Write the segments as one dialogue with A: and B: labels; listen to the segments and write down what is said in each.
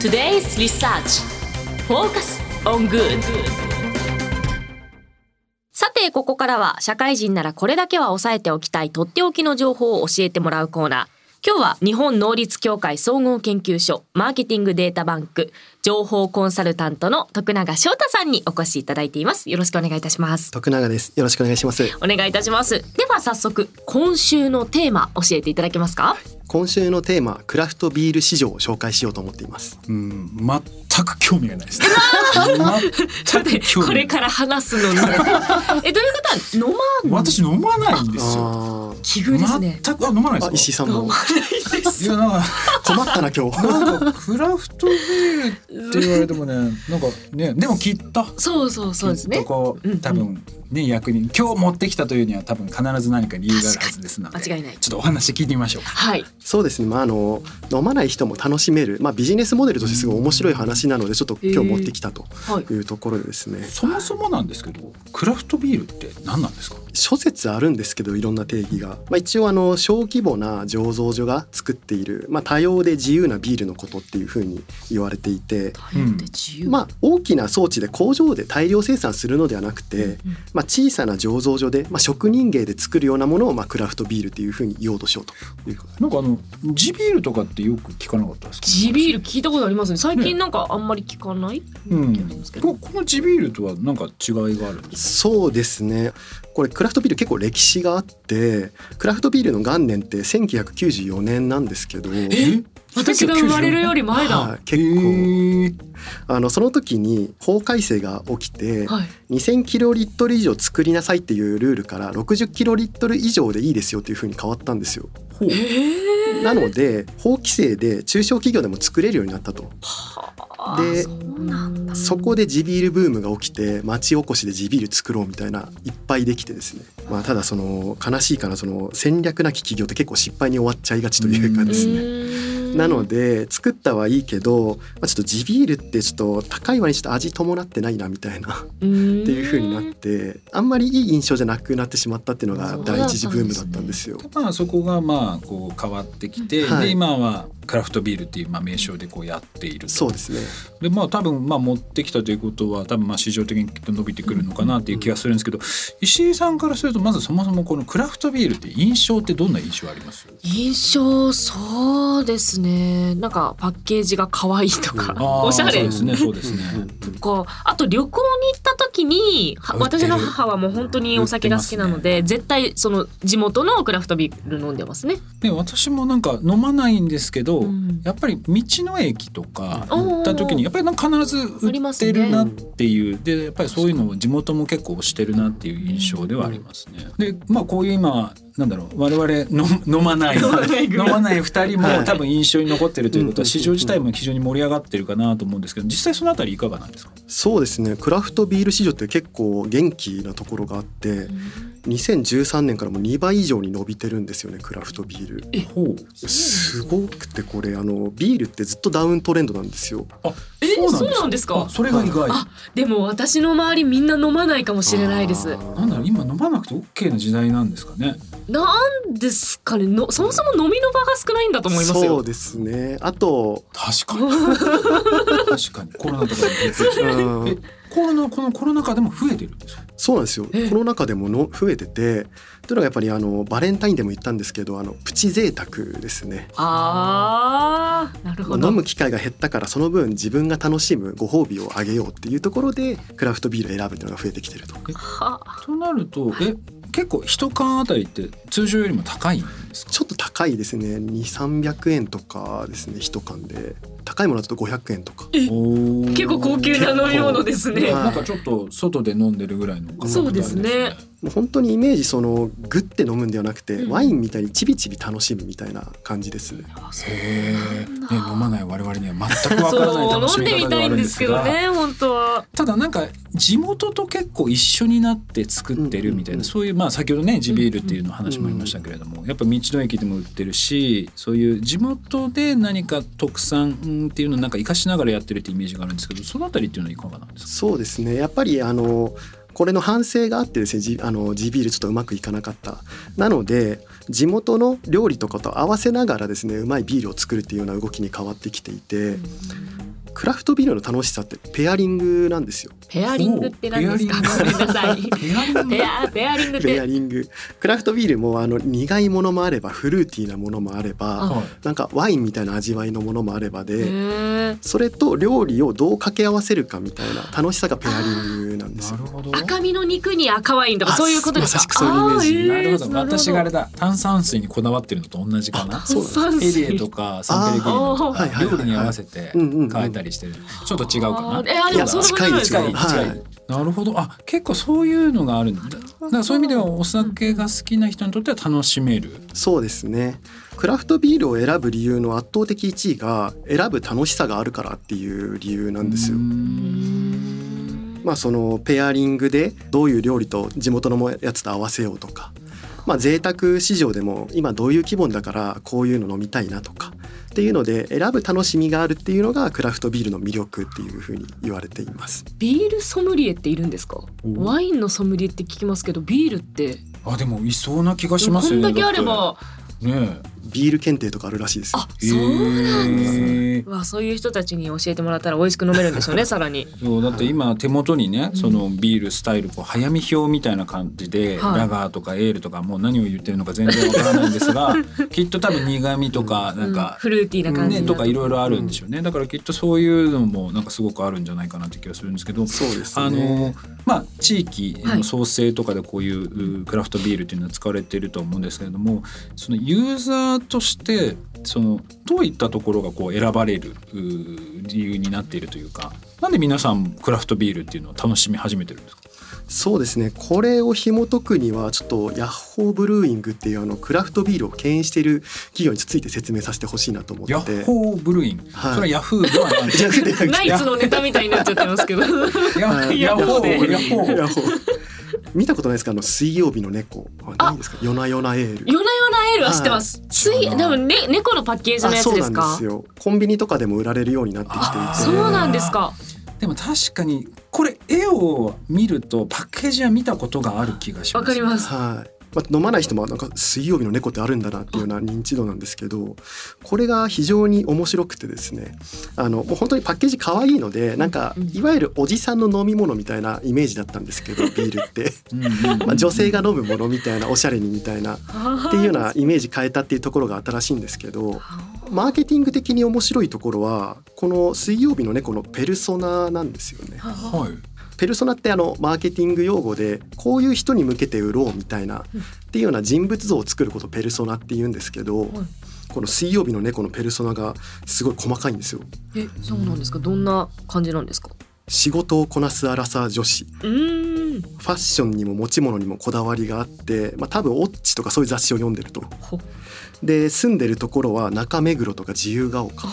A: Today's Research Focus on Good
B: さて、ここからは社会人ならこれだけは押さえておきたいとっておきの情報を教えてもらうコーナー。今日は日本能率協会総合研究所マーケティングデータバンク情報コンサルタントの徳永翔太さんにお越しいただいています。よろしくお願いいたします。
C: 徳永です。よろしくお願いします。
B: お願いいたします。では早速、今週のテーマ教えていただけますか
C: 今週のテーマ、クラフトビール市場を紹介しようと思っています。
D: うん、全く興味がないですね。
B: ちょっと
D: 全く興
B: こ
D: 味がな
B: れ
D: い。
B: から話すのに。え、ということは飲まん
D: 私飲まないんです
C: あ
D: よ。
B: 奇遇ですね。
D: 全くあ飲まない
C: あ、
D: で
C: 石井
D: す
C: さん
B: 飲
C: も
B: まないです
D: か。い。やなんか
C: 困ったな今日。
D: なんかクラフトビールって言われてもね、なんかねでもきっと
B: そうそうそうです
D: き
B: ね
D: っと。こ
B: うんう
D: うん多分ね役に今日持ってきたというには多分必ず何か理由があるはずですので、
B: 間違いない
D: ちょっとお話聞いてみましょうか。
B: はい。
C: そうですね。まああの飲まない人も楽しめる、まあビジネスモデルとしてすごい面白い話なので、ちょっと今日持ってきたと
B: はい。
C: いうところでですね。
D: そもそもなんですけど、クラフトビールって何なんですか。
C: 諸説あるんですけどいろんな定義が、まあ、一応あの小規模な醸造所が作っている、まあ、多様で自由なビールのことっていうふうに言われていて、
B: 多様で自由。
C: まあ、大きな装置で工場で大量生産するのではなくて、
B: うん
C: まあ、小さな醸造所で、まあ、職人芸で作るようなものを、まあ、クラフトビールっていうふうに言おうとしようということ
D: なんかあの地ビールとかってよく聞かなかったですか。
B: 地ビール聞いたことありますね。最近なんかあんまり聞かない。
D: うん
B: 気がしますけど
D: ここの地ビールとはなんか違いがあるんですか
C: そうですねこれクラフトビール結構歴史があってクラフトビールの元年って1994年なんですけど、
D: え
B: 私が生まれるより前だ。は
C: はい結構あのその時に法改正が起きて、
B: い。
C: 2000キロリットル以上作りなさいっていうルールから60キロリットル以上でいいですよっていうふうに変わったんですよ。
D: ほう
C: なので法規制で中小企業でも作れるようになったと
B: あー
C: で
B: そうなんだ。
C: そこで地ビールブームが起きて町おこしで地ビール作ろうみたいないっぱいできてですね、まあ、ただその悲しいかなその戦略なき企業って結構失敗に終わっちゃいがちというか
D: う
C: ですね。
B: ね
C: なの。で作ったはいいけど、まあ、ちょっと地ビールってちょっと高い割にちょっと味伴ってないなみたいな
B: ってい
C: っていう風になってあんまりいい印象じゃなくなってしまったっていうのが
B: そう
C: 第一次ブームだったんですよ。
D: まあそこがまあこう変わってきて、
C: はい
D: で今はクラフトビールっていうまあ名称でこうやっていると
C: そうですね。
D: でまあ多分まあ持ってきたということは多分まあ市場的にきっと伸びてくるのかなっていう気がするんですけど、石井さんからするとまずそもそもこのクラフトビールって印象ってどんな印象あります
B: 印象そうですねなんかパッケージが可愛いとか、
D: あー
B: おしゃ
D: そう
B: れ
D: ですねそうですね、
C: うん
B: とかあと旅行に行った時には
D: 売ってる
B: 私の母はもう本当にお酒が好きなので、絶対その地元のクラフトビール飲んでますね。
D: で私もなんか飲まないんですけど、
B: うん
D: やっぱり道の駅とか
B: おー
D: 行った時にやっぱりなんか必ず
B: あり
D: 売
B: ま
D: っ
B: すね
D: てるなっていう、でやっぱりそういうのを地元も結構推してるなっていう印象ではありますね。でまあこういう今なんだろう我々の飲まない
B: 飲まない
D: 飲まない2人
C: は
D: も
C: い
D: 多分印象に残ってるという
C: うんうん
D: こと
C: うんう
D: は
C: ん
D: 市場自体も非常に盛り上がってるかなと思うんですけど実際そのあたりいかがなんですか
C: そうですねクラフトビール市場って結構元気なところがあって2013年からもう2倍以上に伸びてるんですよねクラフトビール。
D: ほう
C: すごくてこれあのビールってずっとダウントレンドなんですよ。
D: あ
B: え
D: です
B: そうなんですか
D: あそれが意外
B: あでも私の周りみんな飲まないかもしれないです。
D: なんだろう今飲まなくて OK な時代なんですかね
B: なんですかねのそもそも飲みの場が少ないんだと思います
C: そう
B: よ。
C: ですね。あと、
D: 確か に確かにコロナとかで
C: うん
D: えコロナこのコロナ禍でも増えてるんですか。
C: そうなんですよ。
B: ええ
C: コロナ禍でもの増えてて、というのがやっぱりあのバレンタインでも言ったんですけど、あのプチ贅沢ですね。
B: ああなるほど。
C: 飲む機会が減ったからその分自分が楽しむご褒美をあげようっていうところでクラフトビールを選ぶっていうのが増えてきてると
B: は
D: となるとえ結構一缶あたりって通常よりも高いんですか。
C: ちょっと高いですね2300円とかですね一缶で高いものだと500円とか
D: お
B: 結構高級な飲み物ですね。
D: なんかちょっと外で飲んでるぐらいの感覚で
B: そうですね
C: もう本当にイメージそのグッて飲むんではなくて、
B: うん
C: ワインみたいにちびちび楽しむみたいな感じです
B: あ
D: あれですね。へえ、ね、飲まない我々には全くわからない楽
B: そう飲ん
D: しみ
B: でみ
D: 方で
B: た
D: はいあ
B: ん
D: るん
B: で
D: ですす
B: けど
D: が
B: ね本当は。
D: ただなんか地元と結構一緒になって作ってるみた
C: うんう
D: いな、
C: んうん
D: そういうまあ先ほどね地ビールっていうの話もありましたけれども、やっぱ道の駅でも売ってるしそういう地元で何か特産うんっていうのをなんか生かしながらやってるってイメージがあるんですけどそのあたりっていうのはいかがなんですか
C: そうですねやっぱりあのこれの反省があってですねじあの地ビールちょっとうまくいかなかったなので地元の料理とかと合わせながらですねうまいビールを作るっていうような動きに変わってきていて、クラフトビールの楽しさってペアリングなんですよ。
B: ペアリングって何ですか
D: ほう
B: ごめんなさい
D: ペアリング
B: ペアペアリングっ
C: ペア
B: て
C: リングクラフトビールもあの苦いものもあればフルーティーなものもあれば
D: は
C: なんかワインみたいな味わいのものもあれば
B: へ
C: で、
B: ー
C: それと料理をどう掛け合わせるかみたいな楽しさがペアリングなん
D: い
C: です
D: な
C: よ
D: る。ほど
B: 赤身の肉に赤ワインとかそういうことですか
C: あまさしくそういうイメージ
B: あ
D: なる
B: へ
D: ほど
B: ー
D: 私があれだ炭酸水にこだわってるのと同じかな
C: そうなん
B: 炭酸
D: エ
B: 水
D: リエとかサンペレギーニと
C: あーはい
D: か
C: はいはいは
D: 料
C: い
D: 理に合わせて
C: うんうんうん
D: 変えたりしてるちょっと違うか
B: あー
D: な
B: えあ
C: でも
D: た
C: そん
D: だ
C: なことないですか
D: 近い近い
C: はい
D: なるほどあ結構そういうのがあるんだだからそういう意味ではお酒が好きな人にとっては楽しめる
C: そうですねクラフトビールを選ぶ理由の圧倒的1位が選ぶ楽しさがあるからっていう理由なんですよ。まあ、そのペアリングでどういう料理と地元のやつと合わせようとか、まあ、贅沢市場でも今どういう規模だからこういうの飲みたいなとかっていうので選ぶ楽しみがあるっていうのがクラフトビールの魅力っていうふうに言われています。
B: ビールソムリエっているんですか
D: お
B: ワインのソムリエって聞きますけどビールって
D: あでもいそうな気がし
B: こ
D: ますよ
B: ん
D: ね
B: だけあれ
D: だ
B: ば
D: ってね
C: ビール検定とかあるらしいですよ
B: あそうなんですね
D: へー
B: うわそういう人たちに教えてもらったら美味しく飲めるんでしょうねさらに
D: そうだって今手元にね、そのビールスタイルこう早見表みたいな感じで、
B: はい
D: ラガーとかエールとかもう何を言ってるのか全然わからないんです がきっと多分苦味とかなん
B: うん
D: か、
B: フルーティーな感じ
D: ね
B: にな
D: とかいろいろあるんでしょうね、だからきっとそういうのもなんかすごくあるんじゃないかなって気がするんですけど
C: そうですね
D: あのまあ地域
B: はい
D: の創生とかでこういううクラフトビールっていうのは使われていると思うんですけれどもそのユーザーとしてそのどういったところがこう選ばれるう理由になっているというかなんで皆さんクラフトビールっていうのを楽しみ始めてるんですか
C: そうですねこれを紐解くにはちょっとヤッホーブルーイングっていうあのクラフトビールを牽引している企業について説明させてほしいなと思って
D: ヤ ッホーブルーイン、
C: はい
D: それは ヤフーではない
C: じゃなくて
B: ナイツのネタみたいになっちゃってますけど
D: ヤヤッホーヤッホー
C: ヤッホー見たことないですかあの水曜日の猫あ何ですか夜な夜なエール
B: 夜な夜なエールは知ってます。つい
D: 知らない
B: 多分ね猫のパッケージの
C: あ
B: やつ
C: そう
B: で
C: な
B: す
C: んで
B: か。
C: すよコンビニとかでも売られるようになってきてい
D: あー
C: て
B: そうなんですか。
D: でも確かにこれ絵を見るとパッケージは見たことがある気がしま
B: わ
D: す
B: かります
C: はいまあ、飲まない人もなんか水曜日の猫ってあるんだなっていうような認知度なんですけどこれが非常に面白くてですねあのもう本当にパッケージ可愛いのでなんか
B: うん
C: いわゆるおじさんの飲み物みたいなイメージだったんですけ どビールって、
D: うんうん
C: まあ、女性が飲むものみたいなおしゃれにみたいなっていうようなイメージ変えたっていうところが新しいんですけどマーケティング的に面白いところはこの水曜日の猫のペルソナなんですよね。
D: はい
C: ペルソナってあのマーケティング用語でこういう人に向けて売ろうみたいなっていうような人物像を作ることをペルソナって言うんですけど
B: はい
C: この水曜日の猫のペルソナがすごい細かいんですよ。
B: えそうなんですか。どんな感じなんですか。
C: 仕事をこなすアラサー女子
B: うーん。
C: ファッションにも持ち物にもこだわりがあって、まあ、多分「オッチ」とかそういう雑誌を読んでると
B: ほ。
C: で住んでるところは中目黒とか自由が丘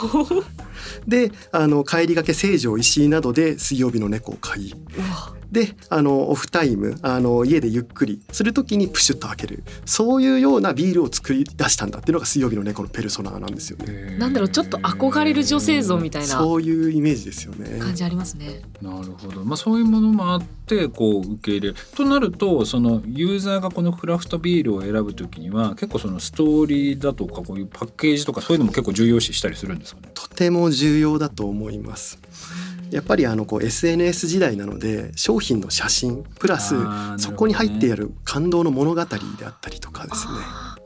C: であの帰りがけ成城石井などで水曜日の猫を飼いう
B: わ
C: であのオフタイムあの家でゆっくりする時にプシュッと開けるそういうようなビールを作り出したんだっていうのが水曜日の猫のペルソナなんですよね。
B: なんだろうちょっと憧れる女性像みたいな
C: そういうイメージですよね。
B: 感じありますね。
D: なるほど、まあ、そういうものもあってこう受け入れるとなるとそのユーザーがこのクラフトビールを選ぶときには結構そのストーリーだとかこういうパッケージとかそういうのも結構重要視したりするんですかね。
C: とても重要だと思います。やっぱりあのこう SNS 時代なので商品の写真プラス
D: あーなるほどね
C: そこに入っている感動の物語であったりとかですね。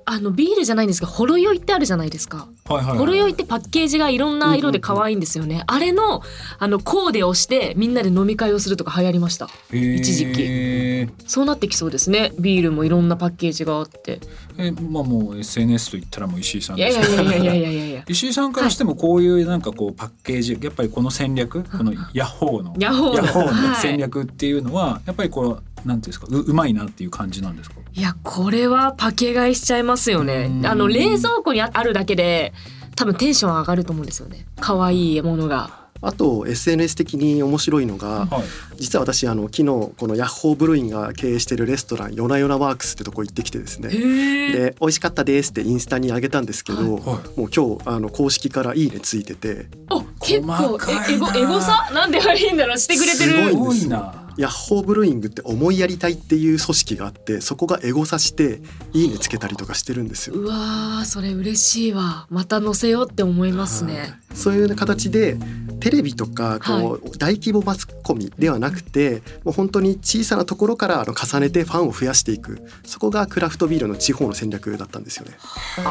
B: あのビールじゃないんですけどほろ酔いってあるじゃないですか。
D: はいはい
B: ほろ酔いってパッケージがいろんな色で可愛いんですよね。あれのあのコーデをしてみんなで飲み会をするとか流行りました。一時期
D: え
B: そうなってきそうですね。ビールもいろんなパッケージがあって。
D: まあもう SNS と言ったらもう石井さん
B: いや
D: で
B: い
D: す
B: やいやいやいやいやいやいや。
D: 石井さんからしてもこういうなんかこうパッケージやっぱりこの 戦略このヤッホーの
B: ヤッホーの
D: ヤッホーの
B: はい
D: 戦略っていうのはやっぱりこうなんていうんですかううまいなっていう感じなんですか
B: いやこれはパケ買いしちゃいますよね
D: うん
B: あの冷蔵庫にああるだけで多分テンション上がると思うんですよね可愛いものが
C: あと SNS 的に面白いのが
D: はい
C: 実は私あの昨日このヤッホーブルーインが経営しているレストランヨナヨナワークスってとこ行ってきてですね。
B: え
C: で美味しかったですってインスタに上げたんですけど、
D: は
C: もう今日あの公式からいいねついてて
B: あ結
D: 細
B: 構
D: か
B: えエ
D: い
B: ゴ
D: な
B: エゴさなんであれいいんだろうしてくれて
C: す
B: る
C: ごいんですよ
D: な
C: ヤッホーブルーイングって思いやりたいっていう組織があってそこがエゴサしていいねつけたりとかしてるんですよ。
B: うわーそれ嬉しいわまた載せようって思いますね
C: そういう形でテレビとかこう大規模マスコミではなくて、もう本当に小さなところからあの重ねてファンを増やしていくそこがクラフトビールの地方の戦略だったんですよね。
D: じ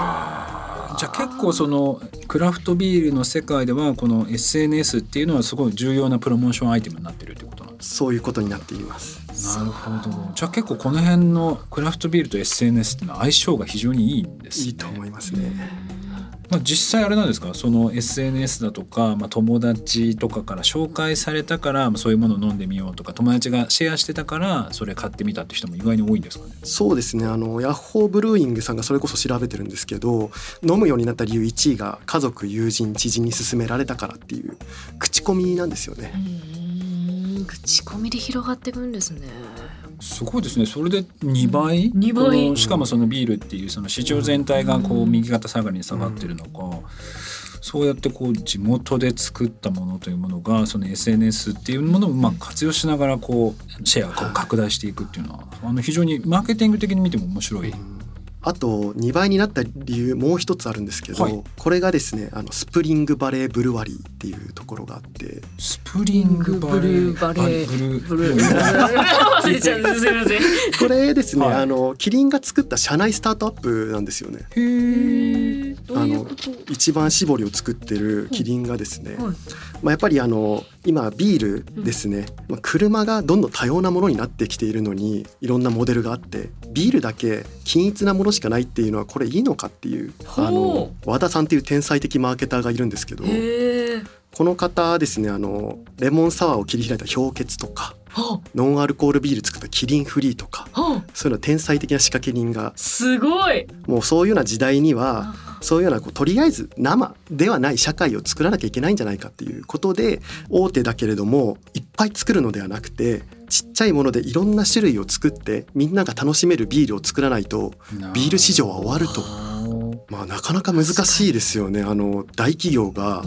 D: ゃあ結構そのクラフトビールの世界ではこの SNS っていうのはすごい重要なプロモーションアイテムになってるってことなんです
C: そういうことになっています。
D: なるほどじゃあ結構この辺のクラフトビールと SNS っていうのは相性が非常にいいんですね
C: いいと思いますね。
D: まあ、実際あれなんですかその SNS だとか、まあ、友達とかから紹介されたからまあそういうものを飲んでみようとか友達がシェアしてたからそれ買ってみたって人も意外に多いんですかね
C: そうですねあのヤッホーブルーイングさんがそれこそ調べてるんですけど飲むようになった理由1位が家族友人知人に勧められたからっていう口コミなんですよね。
B: うん口コミで広がっていくんですね
D: すごいですねそれで2倍
B: 二倍
D: このしかもそのビールっていうその市場全体がこう右肩下がりに下がってるのか、そうやってこう地元で作ったものというものがその SNS っていうものをまあ活用しながらこうシェアをこう拡大していくっていうのはあの非常にマーケティング的に見ても面白い。
C: あと2倍になった理由もう一つあるんですけど、
D: はい
C: これがですねあのスプリングバレーブルワリーっていうところがあって
D: スプリングバレー
B: ブルーバレー
D: ブルー
B: ブ ルー忘れちゃうすいません
C: これですね、
D: はい
C: あのキリンが作った社内スタートアップなんですよね。
D: へえ
B: どういうこと
C: 一番搾りを作ってるキリンがです
B: は
C: ね、
B: い
C: まあ、やっぱりあの今ビールですね、まあ車がどんどん多様なものになってきているのにいろんなモデルがあってビールだけ均一なものしかないっていうのはこれいいのかっていう
B: ほう
C: あの和田さんっていう天才的マーケターがいるんですけど
B: へえ
C: この方ですねあのレモンサワーを切り開いた氷結とか
B: は
C: ノンアルコールビール作ったキリンフリーとか
B: あはあ
C: そういうの天才的な仕掛け人が
B: すごい
C: もうそういうような時代にはそういうようなこうとりあえず生ではない社会を作らなきゃいけないんじゃないかっていうことで大手だけれどもいっぱい作るのではなくてちっちゃいものでいろんな種類を作ってみんなが楽しめるビールを作らないと ビール市場は終わると。まあ、なかなか難しいですよねあの大企業が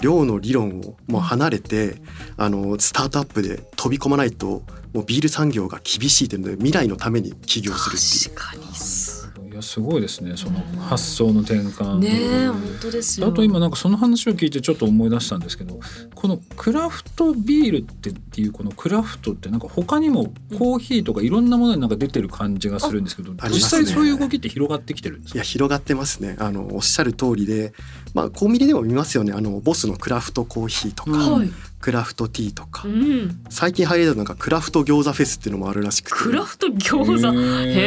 C: 量の理論をもう離れてあのスタートアップで飛び込まないともうビール産業が厳しいというので未来のために起業するっていう
B: 確かにす
D: いやすごいですねその発想の転換
B: ねえ本当ですよ
D: あと今なんかその話を聞いてちょっと思い出したんですけどこのクラフトビールってっていうこのクラフトってなんか他にもコーヒーとかいろんなものになんか出てる感じがするんですけど
C: ああり
D: 実
C: ますね
D: 際そういう動きって広がってきてるんです
C: い
D: か
C: や広がってますねあのおっしゃる通りで、まあ、コンビニでも見ますよねあのボスのクラフトコーヒーとか、
D: うん
B: はい
C: クラフトティーとか、
B: うん
C: 最近入れたのがクラフト餃子フェスっていうのもあるらしくて
B: クラフト餃子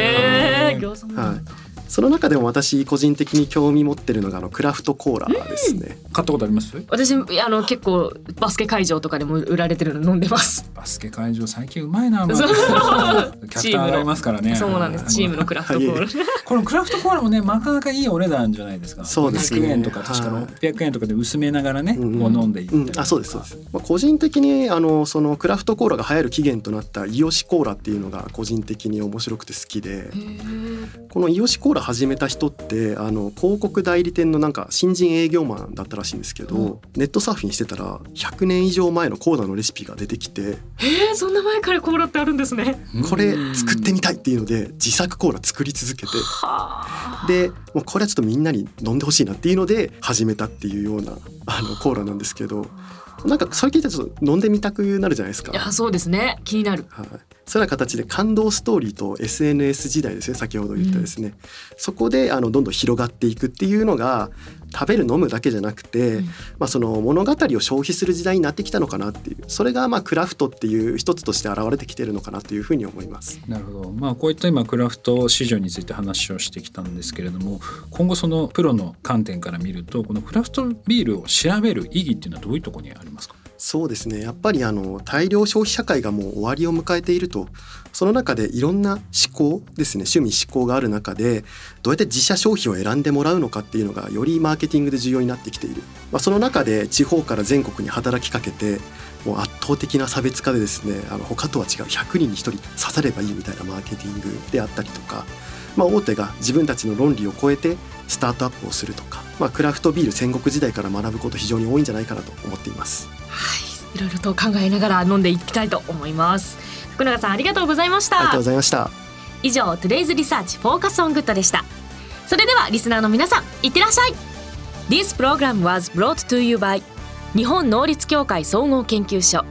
B: へえ餃子も
C: はい、その中でも私個人的に興味持ってるのがあのクラフトコーラですね、
D: 買ったことあります
B: 私あの結構バスケ会場とかでも売られてるの飲んでます。
D: バスケ会場最近うまいな、まあ、キ
B: そう
D: ャプター上がりますからね
B: そうなんです。チームのクラフトコール。
D: このクラフトコーラもねなかなかいいお値段じゃないですか
C: そうですね
D: 500円とか確か
C: はい
D: 600円とかで薄めながらね、
C: うん
D: こう飲んでいった
C: う
D: り
C: ん
D: と、か
C: あそうですそうです、まあ、個人的にあのそのクラフトコーラが流行る起源となったイヨシコーラっていうのが個人的に面白くて好きでこのイヨシコーラ始めた人ってあの広告代理店のなんか新人営業マンだったらしいんですけど、ネットサーフィンしてたら100年以上前のコーラのレシピが出てきて
B: えー、そんな前からコーラってあるんですね。
C: これ作ってみたいっていうので自作コーラ作り続けてでもうこれはちょっとみんなに飲んでほしいなっていうので始めたっていうようなあのコーラなんですけどなんかそれ聞いたらちょっと飲んでみたくなるじゃないですか
B: い。やそうですね。気になる。
C: はい、そういうような形で感動ストーリーと SNS 時代ですね先ほど言ったですね、そこであのどんどん広がっていくっていうのが食べる飲むだけじゃなくて、まあ、その物語を消費する時代になってきたのかなっていうそれがまあクラフトっていう一つとして現れてきてるのかなというふうに思います。
D: なるほど、まあ、こういった今クラフト市場について話をしてきたんですけれども今後そのプロの観点から見るとこのクラフトビールを調べる意義っていうのはどういうところにありますか
C: そうですねやっぱりあの大量消費社会がもう終わりを迎えているとその中でいろんな思考ですね趣味思考がある中でどうやって自社商品を選んでもらうのかっていうのがよりマーケティングで重要になってきている、まあ、その中で地方から全国に働きかけてもう圧倒的な差別化でですねあの他とは違う100人に1人刺さればいいみたいなマーケティングであったりとか、まあ、大手が自分たちの論理を超えてスタートアップをするとか、まあ、クラフトビール戦国時代から学ぶこと非常に多いんじゃないかなと思っています。
B: いろいろと考えながら飲んでいきたいと思います。福永さんありがとうございまし
C: ありが
B: た
C: とうご。ざいました。
B: 以上 Today's Research Focus on Good でしたそれではリスナーの皆さんいってらっしゃい This program was brought to you by 日本能率協会総合研究所